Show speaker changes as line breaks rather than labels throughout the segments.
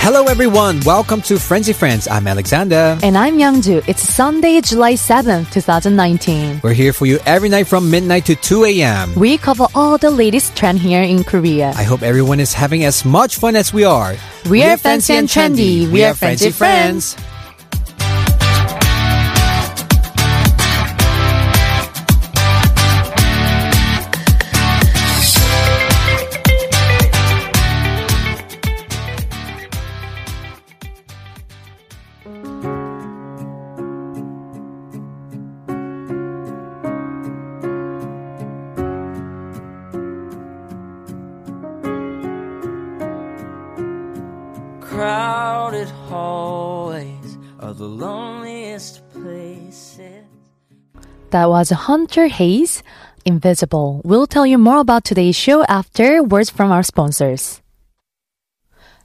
Hello, everyone. Welcome to Frenzy Friends. I'm Alexander.
And I'm Youngju. It's Sunday, July 7th, 2019.
We're here for you every night from midnight to 2 a.m.
We cover all the latest trend here in Korea.
I hope everyone is having as much fun as we are.
We are fancy and trendy. We are Frenzy Friends.
Crowded hallways are the loneliest places.
That was Hunter Hayes, Invisible. We'll tell you more about today's show after words from our sponsors.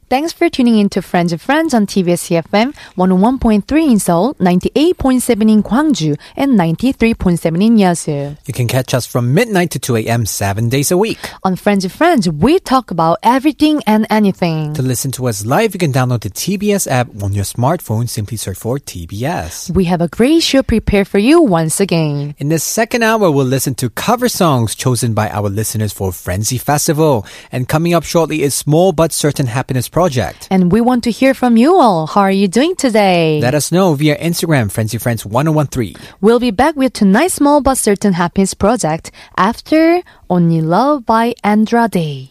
Thanks for tuning in to Friends of Friends on TBS CFM 101.3 in Seoul, 98.7 in Gwangju, and 93.7 in Yeosu.
You can catch us from midnight to 2 a.m. seven days a week.
On Friends of Friends, we talk about everything and anything.
To listen to us live, you can download the TBS app on your smartphone. Simply search for TBS.
We have a great show prepared for you once again.
In the second hour, we'll listen to cover songs chosen by our listeners for Frenzy Festival. And coming up shortly is Small But Certain Happiness Project.
And we want to hear from you all. How are you doing today?
Let us know via Instagram, Frenzy Friends 1013.
we'll be back with tonight's small but certain happiness project after Only Love by Andrade.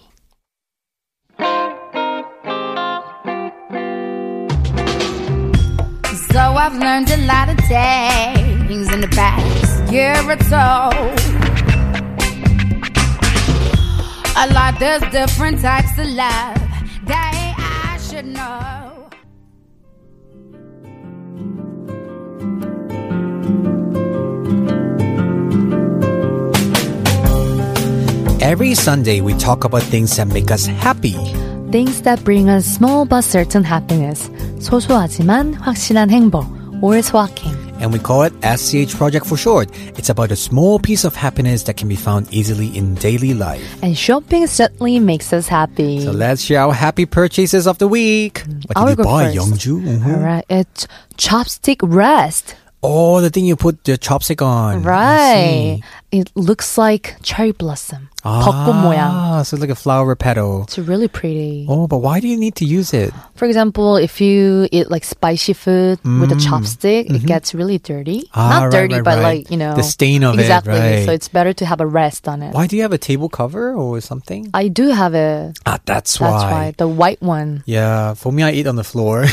So I've learned a lot of things in the past year or so. A lot, there's different types of love that I should know.
Every Sunday, we talk about things that make us happy.
Things that bring us small but certain happiness. 소소하지만 확실한 행복. or 소확행.
and we call it SCH Project for short. It's about a small piece of happiness that can be found easily in daily life.
And shopping certainly makes us happy.
So let's share our happy purchases of the week. What
I'll
did you
go
buy,
first.
Youngju? Mhm.
Alright, it's chopstick rest.
Oh, the thing you put the chopstick on. I
Right.
see.
It looks like cherry blossom. 벚꽃
Ah,
모양.
so it's like a flower petal.
It's really pretty.
Oh, but why do you need to use it?
For example, if you eat like spicy food with a chopstick, it gets really dirty.
Ah,
Not
right,
dirty,
right,
but
right.
like, you know.
The stain of it,
exactly.
right.
So it's better to have a rest on it.
Why do you have a table cover or something?
I do have it.
Ah, that's,
That's why. The white one.
Yeah, for me, I eat on the floor.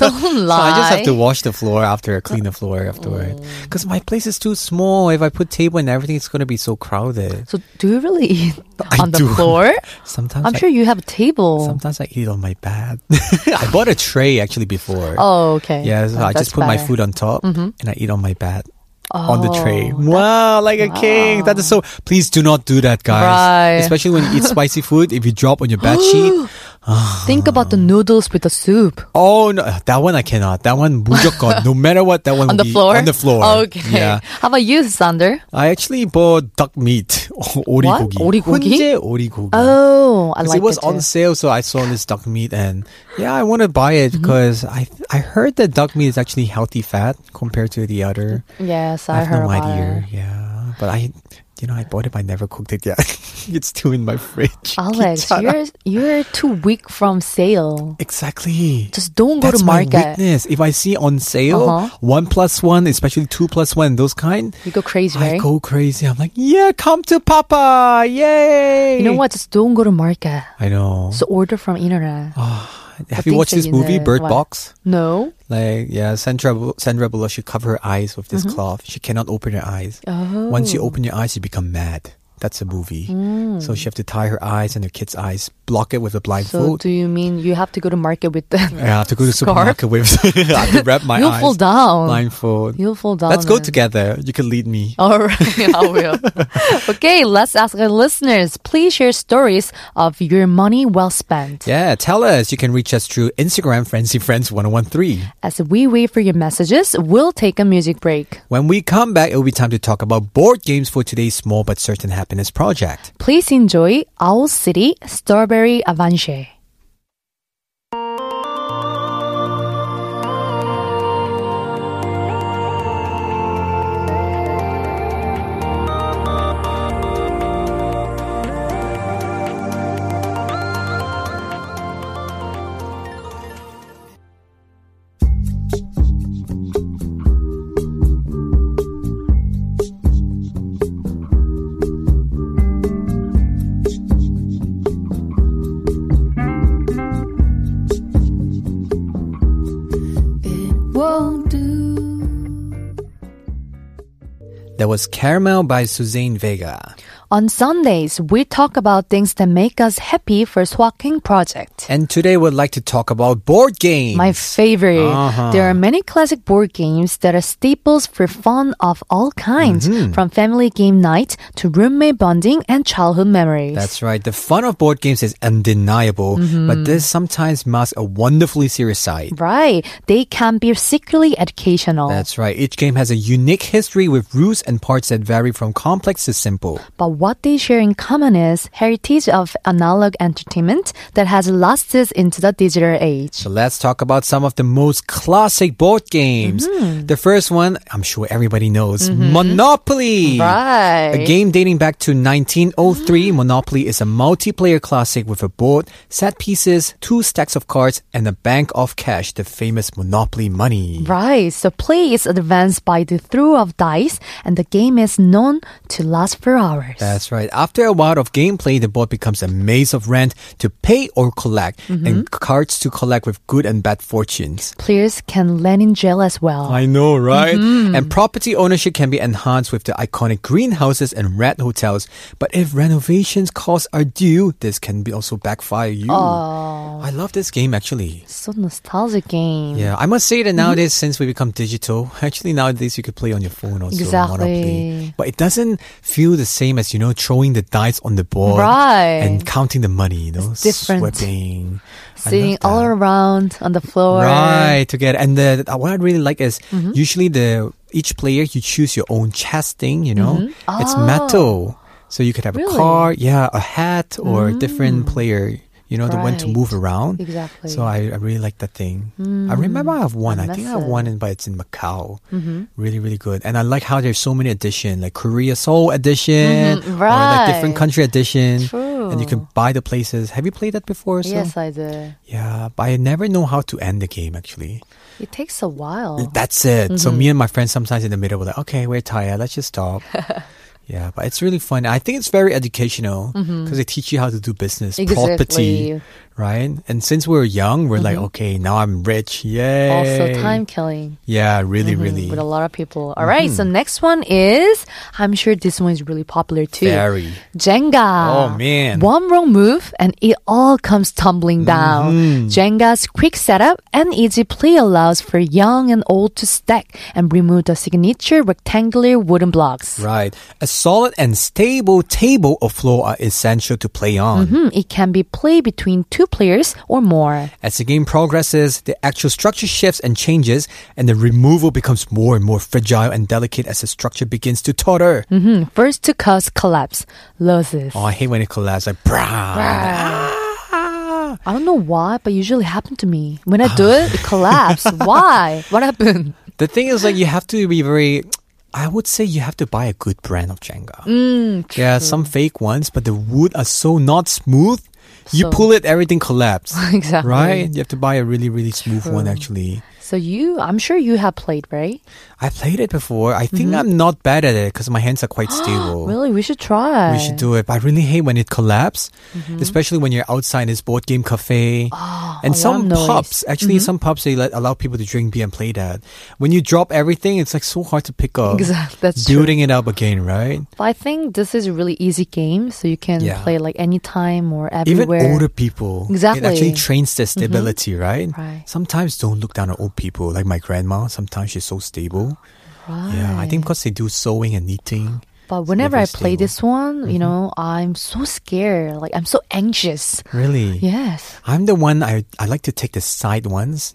Don't
So I
lie. Oh.
just have to wash the floor after, clean the floor afterward. Because my place is too small. If I put table and everything, it's going to be so crowded.
So do you really eat
I
on the
do.
floor?
Sometimes
I'm
I,
sure you have a table.
Sometimes I eat on my bed. I bought a tray actually before.
Oh, okay.
yeah, so
Oh,
I just
that's
put my
better. Mm-hmm.
food on top and I eat on my bed. on the tray.
Oh,
Wow, like a king. That is so. Please do not do that, guys.
Right.
Especially when you eat spicy food. If you drop on your bed sheet,
Think about the noodles with the soup.
oh no, that one I cannot. That one 무조건. no matter what, that one will
On the
be
floor? Oh,
On the floor.
Okay.
Yeah.
How about you, Sander?
I actually bought duck meat, 오리고기.
오리고기?
훈제 오리고기.
Oh, I
'Cause
like
it was
too.
on sale, so I saw this duck meat, and yeah, I want to buy it
Mm-hmm.
because I I heard that duck meat is actually healthy fat compared to the other.
Yes,
I
I,
have
heard
no
about
idea.
it.
Yeah, but I, you know, I bought it, but I never cooked it yet. it's still in my fridge.
Alex,
Kichara.
you're you're too weak from sale.
exactly.
Just don't go
That's
to
my
market.
weakness. If I see on sale
Uh-huh.
one plus one, especially two plus one, those kind,
You go crazy,
I
right?
go crazy. I'm like, yeah, come to Papa, yay!
You know what? Just don't go to market.
I know.
So order from internet.
Have
the
you watched
things
this
that you
movie,
know-
Bird
what?
Box?
No.
Like, yeah, Sandra Bu- Sandra Bullock Oh.
Mm-hmm. Oh.
should cover her eyes with this cloth. She cannot open her eyes. Once you open your eyes, you become mad. That's a movie. So she have to tie her eyes and her kid's eyes, block it with a
Mm. So
blindfold.
do you mean you have to go to market with the?
I have to go to supermarket with. I have to wrap my
You'll
eyes.
fall down.
Blindfold.
You'll fall down. Oh.
Let's go
and-
together. You can lead me.
All right, I will. okay, let's ask our listeners. Please share stories of your money well spent.
Yeah, tell us. You can reach us through Instagram, Frenzy Friends 1013.
As we wait for your messages, we'll take a music break.
When we come back, it'll be time to talk about board games for today's small but certain happiness project.
Please enjoy Owl City Strawberry Avanche.
Won't do.
That was Caramel by Suzanne Vega.
On Sundays, we talk about things that make us happy for Swacking Project.
And today we'd like to talk about board games. Uh-huh.
My favorite. There are many classic board games that are staples for fun of all kinds,
Mm-hmm.
from family game night to roommate bonding and childhood memories.
That's right. The fun of board games is undeniable,
Mm-hmm.
but this sometimes masks a wonderfully serious side.
right. They can be secretly educational.
That's right. Each game has a unique history with rules and parts that vary from complex to simple.
but what they share in common is heritage of analog entertainment that has lasted into the digital age.
So let's talk about some of the most classic board games.
Mm-hmm.
The first one, I'm sure everybody knows, Monopoly.
Right.
A game dating back to 1903, Monopoly is a multiplayer classic with a board, set pieces, two stacks of cards, and a bank of cash, the famous Monopoly money.
Right, so play is advanced by the throw of dice, and the game is known to last for hours.
That's right. After a while of gameplay, the board becomes a maze of rent to pay or collect, and cards to collect with good and bad fortunes.
Players can land in jail as well.
I know, right?
Mm-hmm.
And property ownership can be enhanced with the iconic greenhouses and red hotels. But if renovations costs are due, this can be also backfire you. I love this game actually.
So Mm-hmm. nostalgic game.
Yeah, I must say that nowadays, since we become digital, actually nowadays you could play on your phone also Monopoly,
Exactly.
but it doesn't feel the same as you know throwing the dice on the board
Right.
and counting the money. You know,
different.
Swiping. I
Sitting
love that.
all around on the floor.
Right, together. And the, the- what I really like is
Mm-hmm.
usually the each player you choose your own chest thing. You know, it's metal, so you could have a
Mm-hmm. Oh.
car,
Really? Mm.
yeah, a hat, or a different player. You know, the one to
Right.
move around.
Exactly. Mm.
So I, I really like that thing. I remember I have one. I think I have
massive.
one, in, but it's in Macau.
Mm-hmm.
Really, really good. And I like how there's so many edition, like Korea Seoul edition, or like different
Mm-hmm. right.
country edition. And you
True.
can buy the places. Have you played that before? So?
Yes, I did.
Yeah, but I never know how to end the game actually.
It takes a while.
That's it. So
Mm-hmm.
me and my friends sometimes in the middle were like, okay, we're tired, let's just stop. yeah, but it's really fun. I think it's very educational because they teach you how to do business, property,
Mm-hmm. Exactly.
right? And since we were young, we're like, okay, now I'm rich, yay!
Mm-hmm. Also, time killing
Yeah, really, really. Mm-hmm.
with a lot of people. All right, so next one is I'm sure this one is really popular too.
Very.
Jenga.
Oh, man.
One wrong move and it all comes tumbling down.
Mm-hmm.
Jenga's quick setup and easy play allows for young and old to stack and remove the signature rectangular wooden blocks.
Right. A solid and stable table or floor are essential to play on.
Hmm, it can be played between two players or more.
As the game progresses, the actual structure shifts and changes, and the removal becomes more and more fragile and delicate as the structure begins to totter.
Hmm, First to cause collapse, losses.
Oh, I hate when it collapses. Like, brah. Ah.
I don't know why, but usually happen to me. When I do it, it collapse. why? What happened?
The thing is, like, you have to be very. I would say you have to buy a good brand of Jenga.
Mm,
yeah, some fake ones, but the wood are so not smooth. You
So-
pull it, everything collapses.
Exactly.
Right? You have to buy a really, really smooth one, actually.
So you, I'm sure you have played, right?
I played it before. I think
Mm-hmm.
I'm not bad at it because my hands are quite stable.
Really, we should try.
We should do it. But I really hate when it collapses,
Mm-hmm.
especially when you're outside this board game cafe. and
Ah, alarm
some
noise. Mm-hmm.
pubs, actually, some pubs they let, allow people to drink beer and play that. When you drop everything, it's like so hard to pick up.
Exactly, that's true.
Building it up again, right?
But I think this is a really easy game, so you can
Yeah.
play like anytime or
Even
everywhere.
older people, It
Exactly. Mm-hmm.
actually trains their stability, right?
Right.
Sometimes don't look down on old people. Like my grandma, sometimes she's so stable.
Right.
Yeah, I think because they do sewing and knitting.
But whenever
never
I
Mm-hmm.
play
stable.
this one, you know, I'm so scared. Like I'm so anxious.
Really?
Yes.
I'm the one I I like to take the side ones,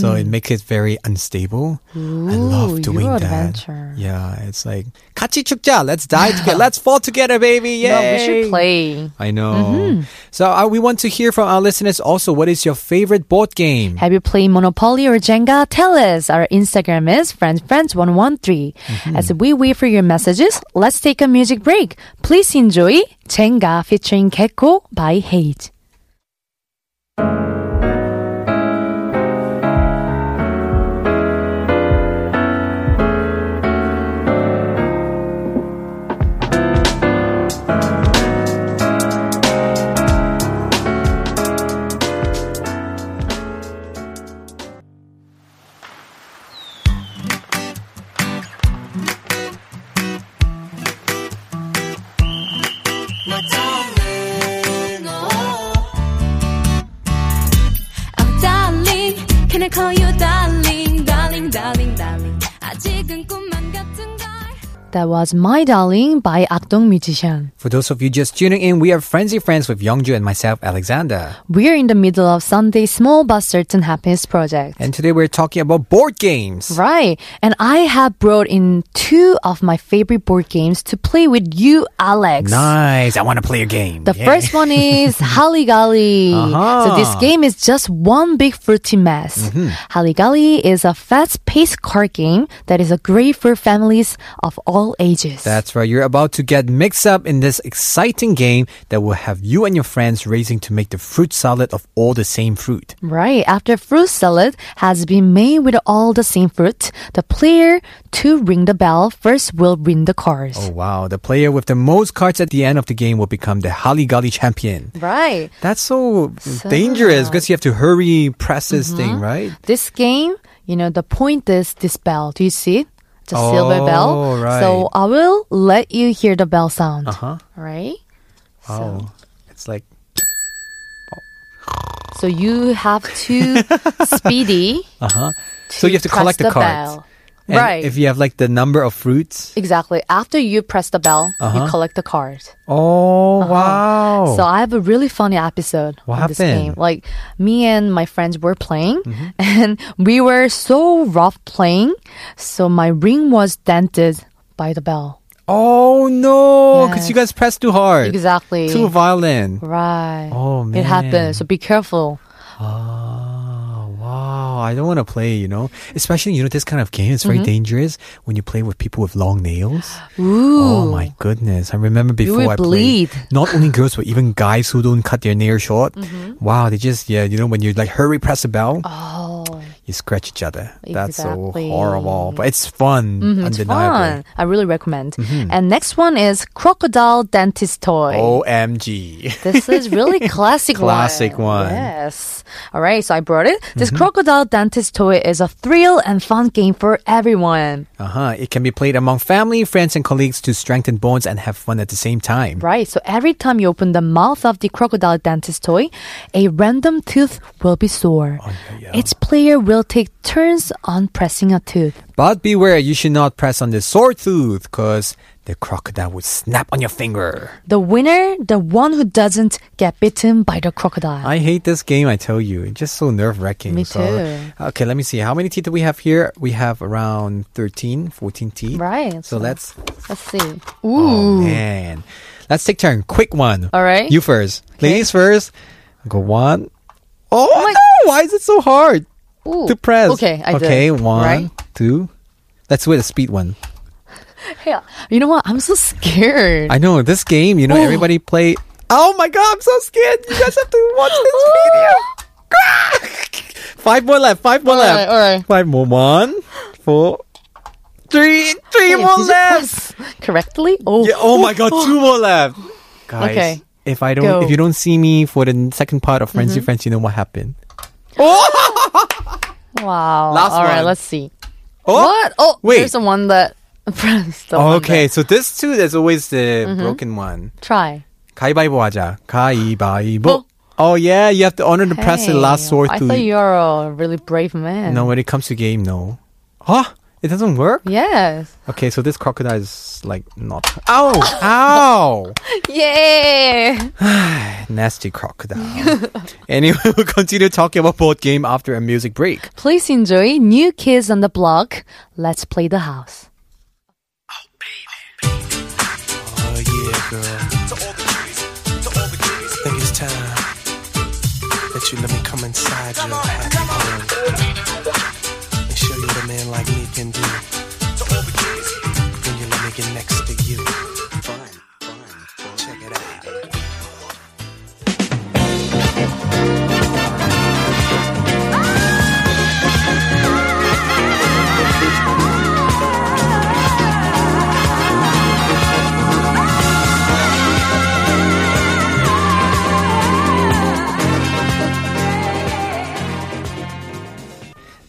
so it makes it very unstable. I
Mm. Ooh,
love doing
you're
that.
adventure.
Yeah, it's like 같이 축자. Let's die together. let's fall together, baby. Yay!
No, we should play. Mm-hmm.
I know. So uh, we want to hear from our listeners also. What is your favorite board game?
Have you played Monopoly or Jenga? Tell us. Our Instagram is friendsfriends113. As we wait for your messages, let's take a music break. Please enjoy Jenga featuring Gecko by Hate.
I'm darling, can I call you darling, darling, darling, darling. 아직은 꿈만 같은 걸.
That was My Darling by Akdong Musician.
For those of you just tuning in, we are Frenzy Friends with Youngju and myself, Alexander.
We're in the middle of Sunday's Small But Certain Happiness Project.
And today we're talking about board games.
Right. And I have brought in two of my favorite board games to play with you, Alex.
Nice. I want to play a game.
The
Yay.
first one is Haligali. So
Uh-huh. Mm-hmm.
this game is just one big fruity mess. Haligali is a fast-paced card game that is a great for families of all ages.
That's right. You're about to get mixed up in this exciting game that will have you and your friends racing to make the fruit salad of all the same fruit.
Right. After fruit salad has been made with all the same fruit, the player to ring the bell first will win the cards.
Oh, wow. The player with the most cards at the end of the game will become the Haligali champion.
Right.
That's so, Mm-hmm. dangerous because you have to hurry, press this thing, right?
This game, you know, the point is this bell. Do you see it? It's a silver bell.
Oh, right. Uh-huh.
So I will let you hear the bell sound.
Huh?
Right?
Wow. It's like,
So you have to speedy.
uh huh. So you have to
press
collect the, cards.
bell.
And
right.
If you have like the number of fruits.
exactly. After you press the bell, you collect the card.
Uh-huh. Oh, wow.
So I have a really funny episode.
What
on this game.
happened? Mm-hmm.
Like me and my friends were playing, and we were so rough playing. So my ring was dented by the bell.
oh, no. Because
Yes.
you guys pressed too hard.
Exactly.
Too violent.
Right.
Oh,
It happened. So be careful.
Oh, wow. I don't want to play, you know? Especially, you know, this kind of game is very
Mm-hmm.
dangerous when you play with people with long nails. Oh,
Ooh.
my goodness. I remember before
will
I played,
bleed.
not only girls, but even guys who don't cut their nails short. Wow, they just, yeah, you know, when you like hurry press a bell,
Mm-hmm. Oh,
you scratch each other. That's so
Exactly. Mm-hmm,
horrible. But it's fun,
it's
undeniable.
fun. I really recommend.
Mm-hmm.
And next one is Crocodile Dentist Toy.
Oh. OMG.
This is really classic one.
Classic one. Mm-hmm.
Yes. All right, so I brought it. This crocodile dentist toy is a thrill and fun game for everyone.
Uh huh. It can be played among family, friends, and colleagues to strengthen bonds and have fun at the same time.
Right, so every time you open the mouth of the crocodile dentist toy, a random tooth will be sore.
Oh,
Each player will take turns on pressing a tooth.
But beware, you should not press on the sore tooth because the crocodile would snap on your finger.
The winner, the one who doesn't get bitten by the crocodile.
I hate this game, I tell you. It's just so nerve wracking.
Me too.
So, okay, let me see. How many teeth do we have here? We have around 13, 14 teeth.
Right.
So let's.
Let's see.
Oh,
Ooh.
man. Let's take turn. Quick one.
All right.
You first. Ladies first. Go one. Oh,
my-
no! Why is it so hard
Ooh.
to press?
Okay, I did.
Okay, one,
Right?
two. Let's do a speed one.
Hey, you know what? I'm so scared.
I know Oh this game. You know, everybody play. Oh my god, I'm so scared. You guys have to watch this video. Five more left. Five more left.
Alright, alright.
Five more. One, four, three, three more
Did you
left.
press correctly? Oh,
Yeah, oh my god, two more left. Guys,
Okay.
if I don't,
Go. Mm-hmm.
if you don't see me for the second part of Friends You Friends, you know what happened.
wow.
Last
All right,
one.
let's see.
Oh,
What? Oh,
Wait.
There's the one that. the one
Okay,
that- Mm-hmm.
so this too, there's always the broken one.
Try.
가위바위보 하자. 가위바위보.
Oh.
Oh, yeah, you have to honor the press the last
Hey,
sword
I
to.
thought you're a really brave man.
no, when it comes to game, no. Huh? It doesn't work?
Yes.
Okay, so this crocodile is like not. Ow! Ow!
Yay!
Nasty crocodile. anyway, we'll continue talking about board game after a music break.
Please enjoy New Kids on the Block. Let's play the house.
Oh yeah, girl. Think it's time that you let me come inside your happy home and show you what a man like me can do. When you let me get next to you. Fun, fun, check it out.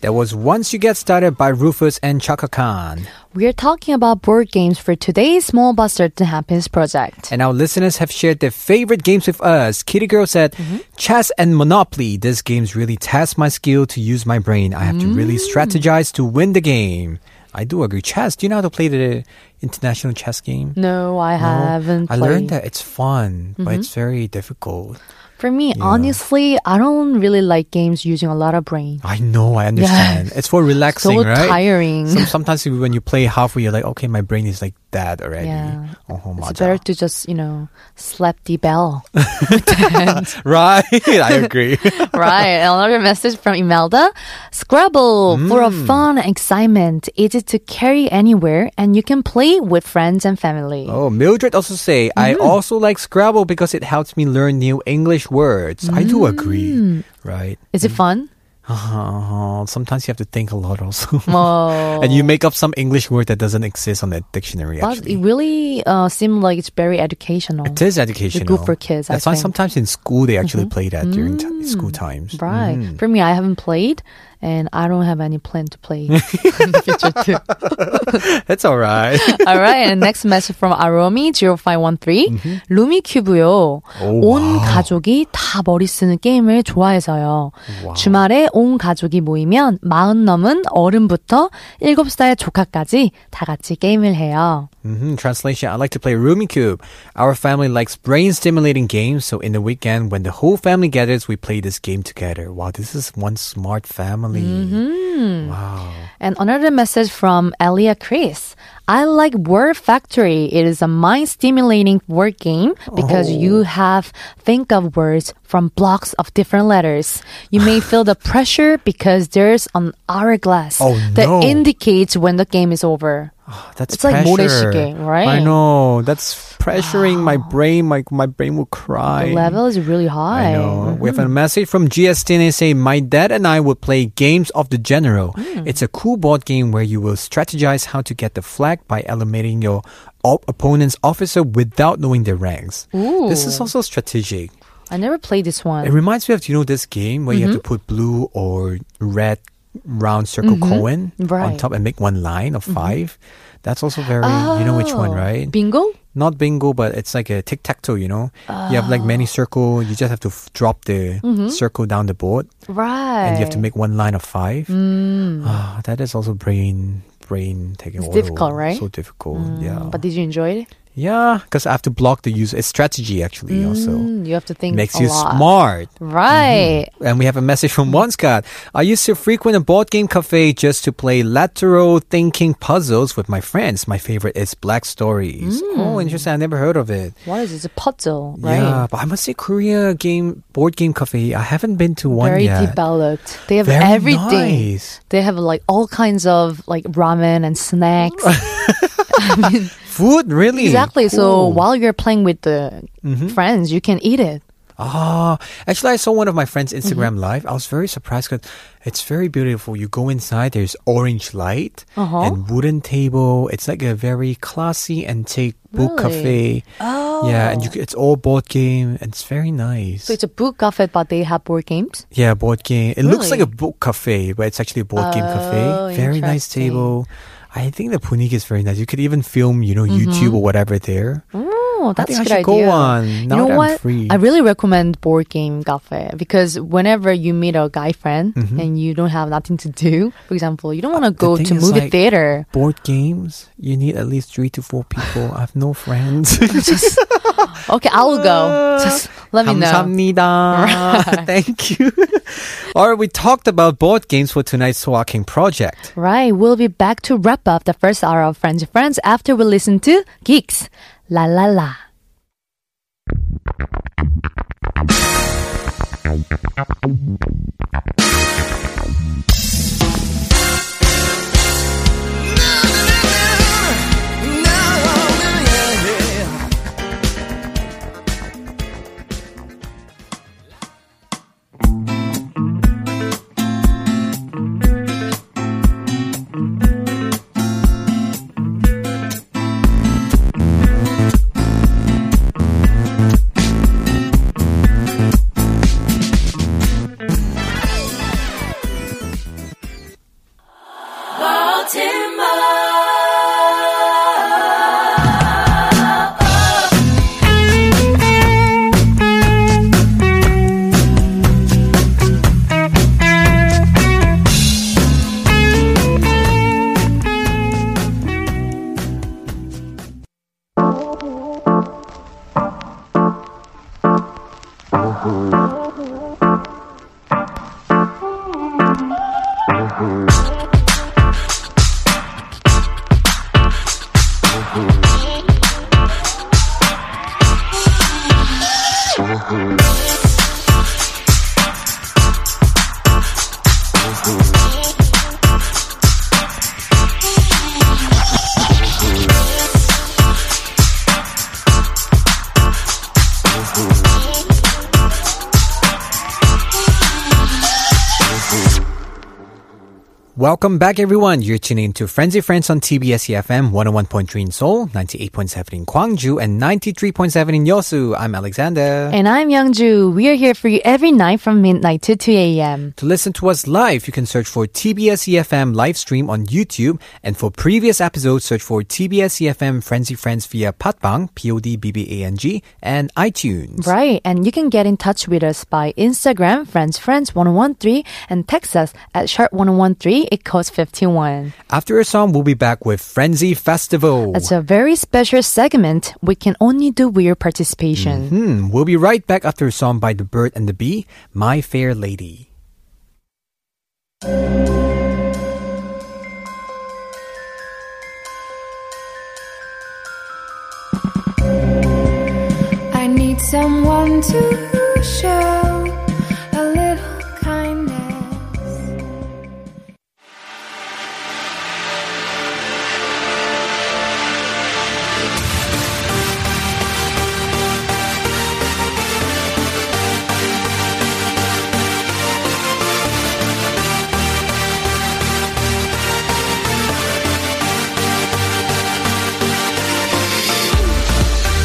That was Once You Get Started by Rufus and Chaka Khan.
We're talking about board games for today's Small But Certain Happiness project.
And our listeners have shared their favorite games with us. Kitty Girl said, Chess and Monopoly. These games really test my skill to use my brain. I have to really strategize to win the game. I do agree. Chess, do you know how to play the international chess game?
No, I haven't
I
played.
learned that it's fun, but
Mm-hmm.
it's very difficult.
For me, honestly, I don't really like games using a lot of brain.
I know, I understand. It's for relaxing,
So
right?
tiring.
So sometimes you- when you play halfway, you're like, okay, my brain is like that already.
Yeah.
Oh,
It's
맞아.
better to just, you know, slap the bell.
Right, I agree.
right. Another message from Imelda. Scrabble, full
Mm.
of fun and excitement, easy to carry anywhere, and you can play with friends and family.
oh, Mildred also say, I
Mm-hmm.
also like Scrabble because it helps me learn new English words. I do
Mm.
agree, right?
Is it fun?
Uh, sometimes you have to think a lot also.
Oh.
and you make up some English word that doesn't exist on the dictionary,
But it
actually.
really uh, seemed like it's very educational.
It is educational.
for kids, I
That's why
think. Mm-hmm. Mm.
sometimes in school they actually play that during ti- school times.
Right.
Mm.
For me, I haven't played, and I don't have any plan to play in the future too.
That's all right.
All right, and next message from Aromi0513. 루미큐브요. 온 가족이 다 머리 쓰는 게임을 좋아해서요. 주말에 온 가족이 모이면 마흔 넘은 어른부터 일곱 살 조카까지 다 같이 게임을 해요.
hmm Translation I like to play Rumi Cube. Our family likes brain stimulating games, so in the weekend, when the whole family gathers, we play this game together. Wow, this is one smart family.
Mm-hmm.
Wow.
And another message from Elia Chris. I like Word Factory. It is a mind stimulating word game because
Oh.
you have think of words from blocks of different letters. You may feel the pressure because there's an hourglass
Oh,
that
no.
indicates when the game is over.
That's
It's like
pressure.
모래시계, right?
I know. That's pressuring my brain. My, my brain will cry.
The level is really high.
I know. We have
Mm-hmm.
a message from GSTN saying, My dad and I would play Games of the General.
Mm.
It's a cool board game where you will strategize how to get the flag by eliminating your op- opponent's officer without knowing their ranks. This is also strategic.
I never played this one.
It reminds me of, you know, this game where you have to
Mm-hmm.
put blue or red round circle coin on
Right. Mm-hmm.
top and make one line of 5 That's also very, you know which one,
Oh.
right?
Bingo?
not bingo, but it's like a tic tac toe. You know, you have like
Ah.
many circle. You just have to f- drop the circle down the board,
Mm-hmm. Right. Mm.
and you have to make one line of five. Ah, that is also brain brain taking
It's
over.
difficult, right? Mm.
So difficult. Yeah,
But did you enjoy it?
yeah, because I have to block the user. It's strategy actually. Also
Mm, You have to
Oh.
think
makes you
a lot.
smart.
Right.
And we have a message from Monscott. I used to frequent a board game cafe just to play lateral thinking puzzles with my friends. My favorite is Black Stories.
Mm.
Oh, interesting. I never heard of it.
What is it? It's a puzzle,
Mm-hmm.
right?
Yeah, but I must say, Korea game board game cafe. I haven't been to one
very
yet.
developed. They have
Very
everything.
nice.
They have like all kinds of like ramen and snacks. I mean,
Food, really?
exactly.
Cool.
So
Mm-hmm.
while you're playing with the friends, you can eat it.
Ah, actually, I saw one of my friends'
Mm-hmm.
Instagram live. I was very surprised because it's very beautiful. You go inside, there's orange light
Uh-huh.
and wooden table. It's like a very classy antique book
Really?
cafe. Oh, yeah, and you, c- it's all board game. And it's very nice.
So it's a book cafe, but they have board games.
yeah, board game. It looks like a book
Really?
cafe, but it's actually a board game
Oh,
cafe. Very nice
interesting.
table. I think the Punig is very nice. You could even film, you know,
Mm-hmm.
YouTube or whatever there.
Oh, that's
think
a
I
good
should go
idea.
on,
you
now
know
that I'm
what?
free.
I really recommend board game cafe because whenever you meet a guy friend and you don't have nothing to do, for example, you don't want to go
Mm-hmm. Uh, thing is,
to movie
like,
theater.
Board games, you need at least three to four people. I have no friends.
Okay, I will go.
Uh,
Just let me know.
감사합니다. Thank you. All right, we talked about board games for tonight's walking project.
Right, we'll be back to wrap up the first hour of Friends and Friends after we listen to Geeks. La la la.
Welcome back, everyone. You're tuning into Frenzy Friends on TBS EFM 101.3 in Seoul, 98.7 in Gwangju, and 93.7 in Yosu. I'm Alexander.
And I'm Youngju. We are here for you every night from midnight to 2 a.m.
to listen to us live, you can search for TBS EFM E live stream on YouTube, and for previous episodes, search for TBS EFM E Frenzy Friends via Patbang, P O D B B A N G, and iTunes.
Right, and you can get in touch with us by Instagram, friends, friends, 1013, and text us at sharp 1013. It costs 51.
After a song, we'll be back with Frenzy Festival.
That's a very special segment we can only do with your participation.
Hmm, we'll be right back after a song by The Bird and the Bee, My Fair Lady.
I need someone to show a little kindness.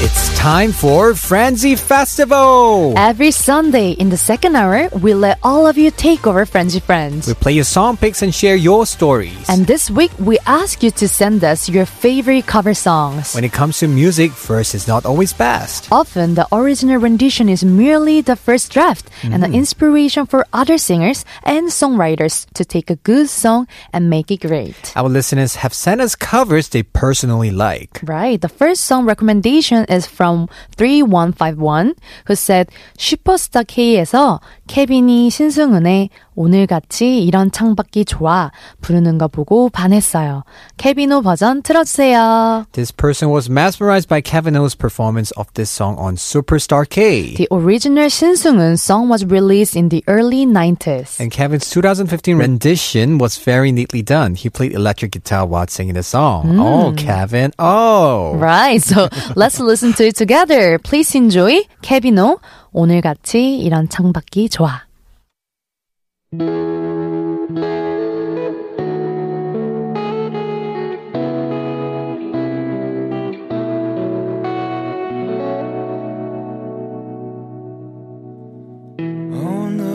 It's time for Frenzy Festival!
Every Sunday in the second hour, we let all of you take over Friends Friends.
We play your song picks and share your stories.
And this week, we ask you to send us your favorite cover songs.
when it comes to music, first is not always best.
Often, the original rendition is merely the first draft and an inspiration for other singers and songwriters to take a good song and make it great.
Our listeners have sent us covers they personally like.
Right, the first song recommendation is from 3151 who said 슈퍼스타 K에서 케빈이 신승은의 오늘같이 이런 창밖이 좋아 부르는 거 보고 반했어요. 케빈호 버전 틀어주세요.
This person was mesmerized by Kevin O's performance of this song on Superstar K.
The original 신승은 song was released in the early 90s.
and Kevin's 2015 rendition was very neatly done. He played electric guitar while singing the song. Oh, Kevin. Oh.
Right, so let's listen to it together. Please enjoy Kevino 오늘같이 이런 창밖이 좋아.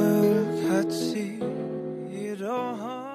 오늘같이 이러한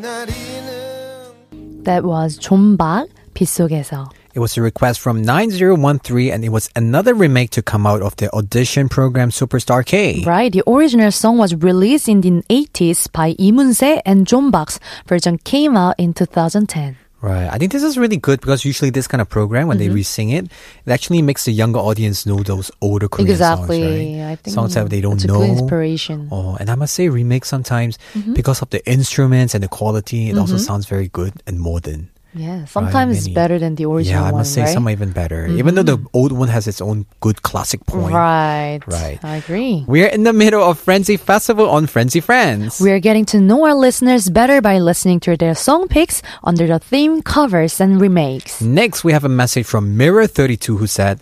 빛나리는
That was 존박 빗속에서.
It was a request from 9013 and it was another remake to come out of the audition program Superstar K.
Right, the original song was released in the 80s by 이문세 and 존박's version came out in 2010.
Right. I think this is really good because usually this kind of program, when they
Mm-hmm.
re-sing it, it actually makes the younger audience know those older Korean songs,
exactly.
right?
I think
songs that they don't
it's
know.
a good inspiration. Mm-hmm.
Oh, and I must say, remakes sometimes because of the instruments and the quality, it also sounds very good and modern.
Yeah, sometimes it's
many-
better than the
Yeah,
original
I
one,
must say,
right? Mm-hmm.
some are even better. Even though the old one has its own good classic point.
Right.
Right.
I agree.
We're in the middle of Frenzy Festival on Frenzy Friends.
We are getting to know our listeners better by listening to their song picks under the theme covers and remakes.
Next, we have a message from Mirror32 who said,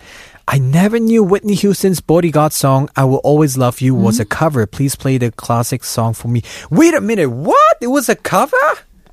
I never knew Whitney Houston's Bodyguard song, I Will Always Love You, was
Mm-hmm.
a cover. Please play the classic song for me. Wait a minute, what? It was a cover?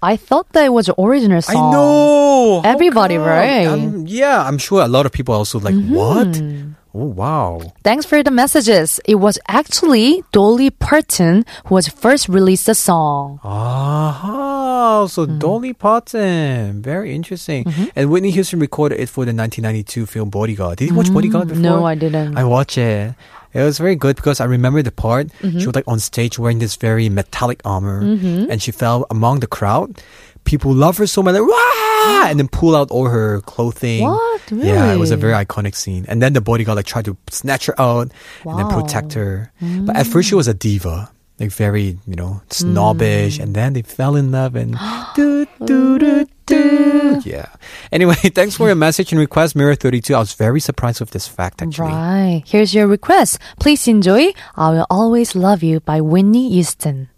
I thought that it was the original
I
song.
know. How
Everybody,
come?
right?
Um, yeah, I'm sure a lot of people are also like, what?
Mm-hmm.
Oh, wow.
Thanks for the messages. It was actually Dolly Parton who was first released the song.
Aha. So
Hmm.
Dolly Parton. Very interesting.
Mm-hmm.
And Whitney Houston recorded it for the 1992 film Bodyguard. Did you watch Bodyguard before?
Mm, No, I didn't.
I watched it. It was very good because I remember the part.
Mm-hmm.
She was like on stage wearing this very metallic armor and she fell among the crowd. People love her so much. Like, Wah! And then pull out all her clothing.
What?
Yeah, it was a
Really?
very iconic scene. And then the bodyguard like tried to snatch her out and then
Wow.
protect her. But at first she
Mm.
was a diva. Like very, you know, snobbish,
Mm.
and then they fell in love and do do do do. Yeah. Anyway, thanks for your message and request, Mirror Thirty Two. I was very surprised with this fact actually.
Right. Here's your request. Please enjoy I Will Always Love You by Whitney Houston.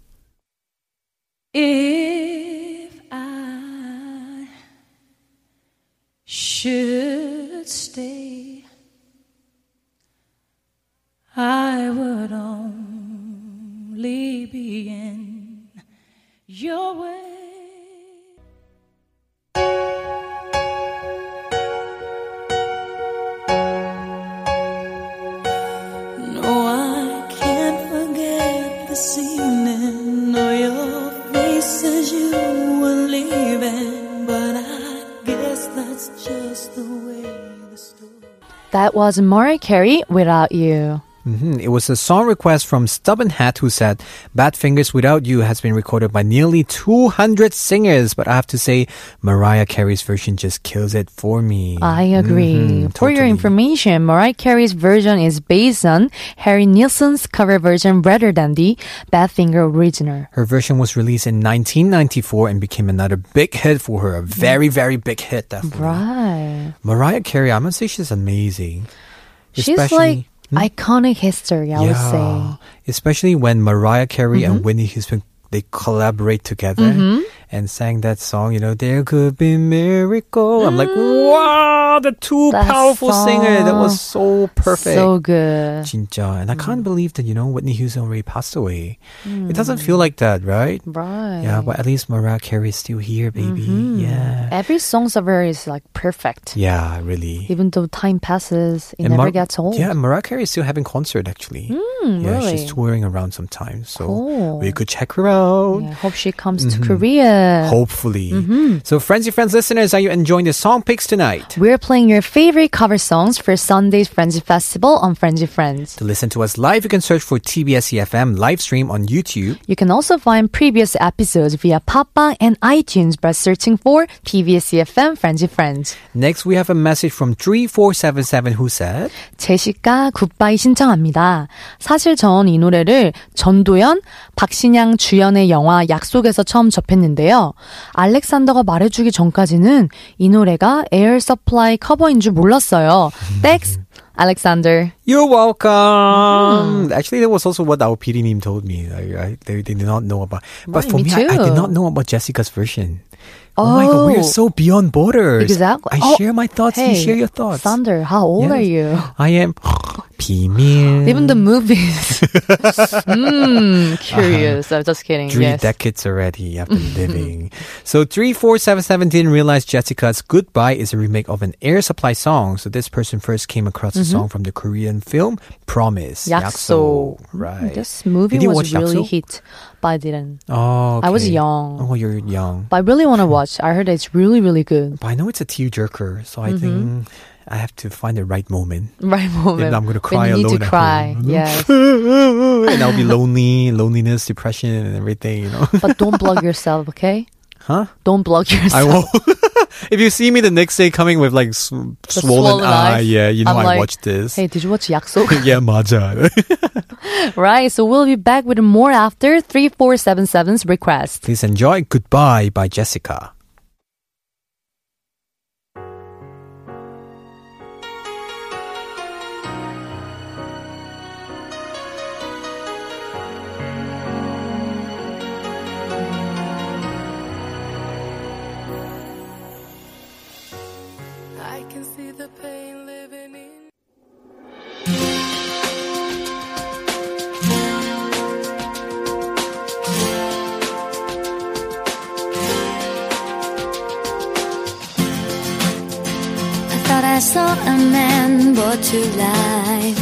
If I should stay, I would only be in your way. No, I can't forget this evening or your face as you were leaving, but I guess that's just the way the story.
That was Mariah Carey Without You.
Mhm. It was a song request from Stubborn Hat who said, Bad Fingers Without You has been recorded by nearly 200 singers, but I have to say, Mariah Carey's version just kills it for me.
I agree.
Mhm,
For your
totally.
information, Mariah Carey's version is based on Harry Nilsson's cover version rather than the Badfinger original.
Her version was released in 1994 and became another big hit for her. A very, very big hit, definitely.
Right.
Mariah Carey, I must say she's amazing.
She's like
Hmm?
iconic history, I would say.
Especially when Mariah Carey and
Mm-hmm.
Whitney Houston they collaborate together and sang that song, you know, there could be miracle. I'm like, wow, the two
Mm. That
powerful singer. That was so perfect.
So good. Mm.
진짜. And I can't believe that, you know, Whitney Houston already passed away. It doesn't feel like that, right?
Mm. Right. Mm-hmm.
Yeah, but at least Mariah Carey is still here, baby. Yeah.
Every song of her is like perfect.
Yeah, really.
Even though time passes, it
And Mar-
never gets old. Hmm,
Yeah, Mariah Carey is still having concert actually. yeah, she's
really?
touring around sometimes, so
Cool.
we could check her out.
Yeah, hope she comes
Mm-hmm.
to Korea.
Hopefully.
Mm-hmm.
So, Frenzy Friends listeners, are you enjoying the song picks tonight?
We're playing your favorite cover songs for Sunday's Frenzy Festival on Frenzy Friends.
To listen to us live, you can search for TBS EFM E live stream on YouTube.
You can also find previous episodes via Papa and iTunes by searching for TVS EFM Frenzy E Friends.
Next, we have a message from 3477 who said,
제시카 굿바이 신청합니다. 사실 전 이 노래를 전도연, 박신양 주연의 영화 약속에서 처음 접했는데요. 곡인데요. 알렉산더가 말해주기 전까지는 이 노래가 에어 서플라이 커버인 줄 몰랐어요. Thanks, Alexander.
You're welcome.
Mm-hmm.
Actually, that was also what our PD meme told me. Like, I, they, they did not know about. But
Right,
for
me
me, I, I
too.
did not know about Jessica's version. Oh, my god, we
Oh.
are so beyond borders.
Exactly.
I
Oh,
share my thoughts. you share your thoughts.
Thunder, how old
Yes.
are you?
I am 비밀.
Even the movies.
Uh-huh.
mm, curious. I'm just kidding.
Three
yes.
decades already I've been living. So 34717 didn't realize Jessica's Goodbye is a remake of an air supply song. So this person first came across the song from the Korean film Promise.
Mm-hmm. Yakso. Hmm,
Right.
This movie
Did you
was
watch
really
Yakso?
hit, but I didn't.
Oh,
I was
okay.
young.
Oh, you're young.
But I really want to watch. I heard it's really, really good.
But I know it's a tearjerker, so I
Mm-hmm.
think I have to find the right moment.
Right moment.
I'm gonna
when
cry
you need
alone
to
at
cry.
home.
Yes.
and I'll be lonely, loneliness, depression, and everything, you know.
but don't block yourself, okay?
Huh?
Don't block yourself.
I won't. if you see me the next day coming with like sw- swollen,
The swollen
eye,
eyes.
yeah, you know
I'm
I
like,
watched this.
Hey, did you watch Yakso?
yeah, 맞아.
right. So we'll be back with more after 3477's request.
Please enjoy Goodbye by Jessica.
I can see the pain living in.
I thought I saw a man brought to life.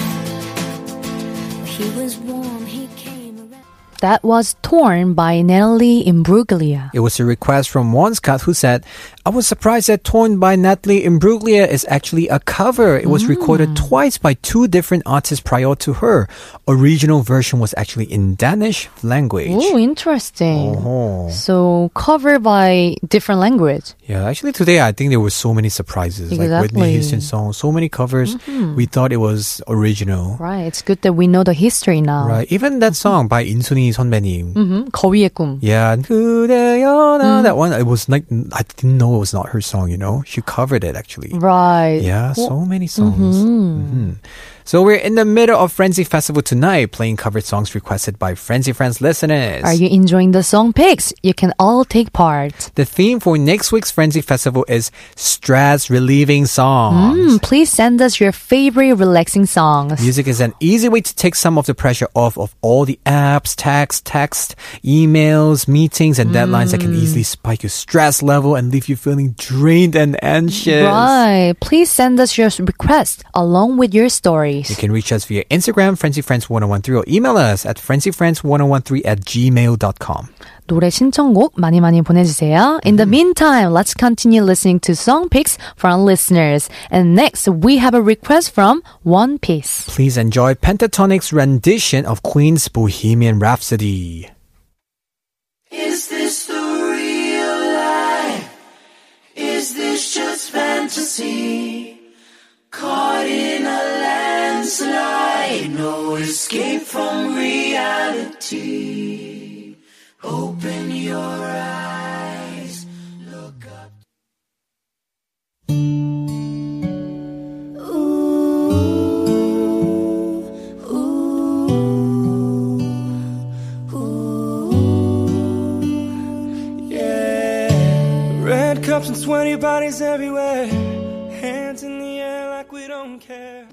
He was warm, he came around.
That was Torn by Natalie Imbruglia.
It was a request from Wanscott who said, I was surprised that Torn by Natalie Imbruglia is actually a cover. It was
Mm.
recorded twice by two different artists prior to her. Original version was actually in Danish language.
Oh, interesting.
Oh.
So cover by different language.
Yeah, actually today I think there were so many surprises. Like
Exactly. Mm-hmm.
Whitney Houston songs, so many covers. We thought it was original.
Right. It's good that we know the history now.
Right. Even that song
Mm-hmm.
by Insuni 선배님.
hmm 거위의 꿈.
Yeah, 그대여나,
Mm-hmm.
that one. It was like I didn't know it was not her song. You know, she covered it actually.
Right. mm-hmm.
Yeah, so many songs. Mhm. So we're in the middle of Frenzy Festival tonight, playing covered songs requested by Frenzy Friends listeners.
Are you enjoying the song picks? You can all take part.
the theme for next week's Frenzy Festival is stress relieving songs.
Hmm, please send us your favorite relaxing songs.
Music is an easy way to take some of the pressure off of all the apps, text, text, emails, meetings, and deadlines that can easily spike your stress level and leave you feeling drained and anxious.
Right. Please send us your request along with your
You
stories.
can reach us via Instagram, FrenzyFriends1013, or email us at FrenzyFriends1013 at gmail.com.
노래 신청곡 많이 많이 보내주세요. In the meantime, let's continue listening to song picks from listeners. And next, we have a request from One Piece.
Please enjoy Pentatonic's rendition of Queen's Bohemian Rhapsody.
Is this the real life? Is this just fantasy? Caught in a landslide, no escape from reality. Open your eyes, look up.
Yeah. Red cups and sweaty bodies everywhere. Hands in the air like we don't care.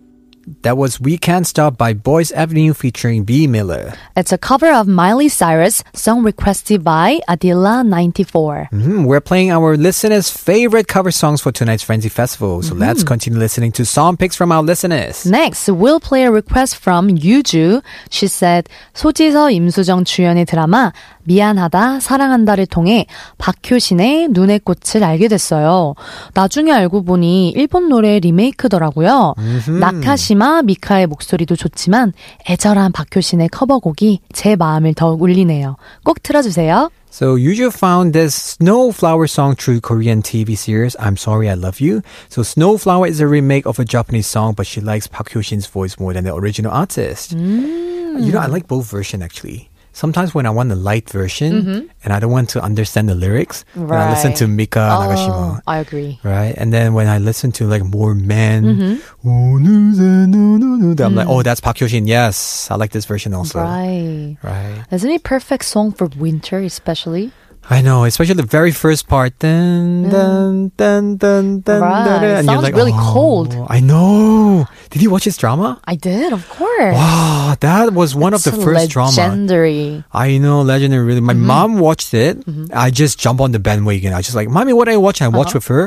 That was We Can't Stop by Boys Avenue featuring B. Miller.
It's a cover of Miley Cyrus, song requested by Adila94.
Mhm, We're playing our listeners' favorite cover songs for tonight's Frenzy Festival.
Hmm.
So let's continue listening to song picks from our listeners.
Next, we'll play a request from 유주. She said, 소지서 임수정 주연의 드라마 미안하다 사랑한다를 통해 박효신의 눈의 꽃을 알게 됐어요. 나중에 알고 보니 일본 노래 리메이크더라고요. 나카시마 미카의 목소리도 좋지만 애절한 박효신의 커버곡이 제 마음을 더욱 울리네요. 꼭 틀어주세요.
So Yuju found this Snowflower song through Korean TV series I'm Sorry I Love You. So Snowflower is a remake of a Japanese song, but she
Hmm.
likes Park Hyo-shin's voice more than the original artist. You know, I like both version actually. sometimes when I want the light version and I don't want to understand the lyrics, then I listen
Mm-hmm. Right.
to Mika
Oh,
Nagashima.
I agree.
Right, and then when I listen to like more men,
Mm-hmm.
"Oh, "오늘 새누누누," then I'm like, oh, that's Park Hyoshin. Yes, I like this version also.
Mm. Right.
right.
Isn't it perfect song for winter, especially?
I know, especially the very first part. Dun, dun, dun, dun, dun,
Mm. Right.
dun, dun, and you're
Sounds
like,
really
"Oh,
cold."
I know. Did you watch his drama?
I did, of course.
Wow, that was one
It's
of the first drama.
legendary.
I know, legendary. Really,
Mm-hmm.
my mom watched it. I just jump on the bandwagon. I just like, mommy, what I watch? I watch
Uh-huh.
with her.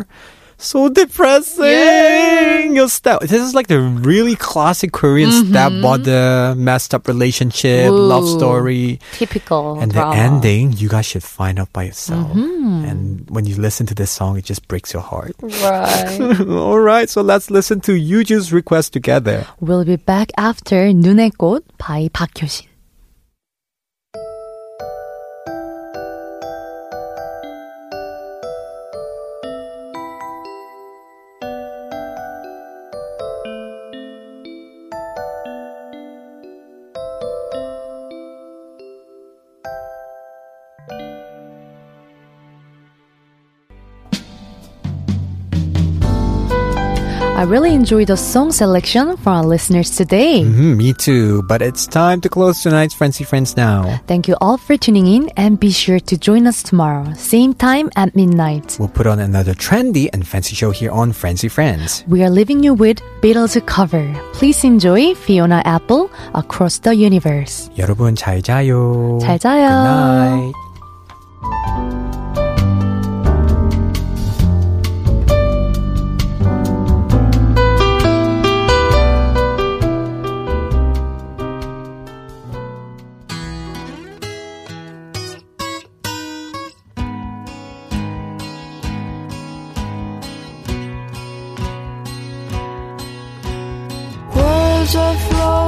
So depressing. Your step. This is like the really classic Korean stepmother messed up relationship love
Mm-hmm. Ooh.
story.
Typical.
And the
drama. Mm-hmm.
ending, you guys should find out by yourself. And when you listen to this song, it just breaks your heart.
Right.
All right, so let's listen to Yuju's request together.
we'll be back after 눈의 꽃 by 박효신. I really enjoyed the song selection for our listeners today.
Mhm, me too, but it's time to close tonight's Frenzy Friends now.
Thank you all for tuning in and be sure to join us tomorrow, same time at midnight.
We'll put on another trendy and fancy show here on Frenzy Friends.
We are leaving you with Beatles cover. Please enjoy Fiona Apple Across the Universe.
여러분 잘 자요.
잘 자요.
Good night.
Words are flowing.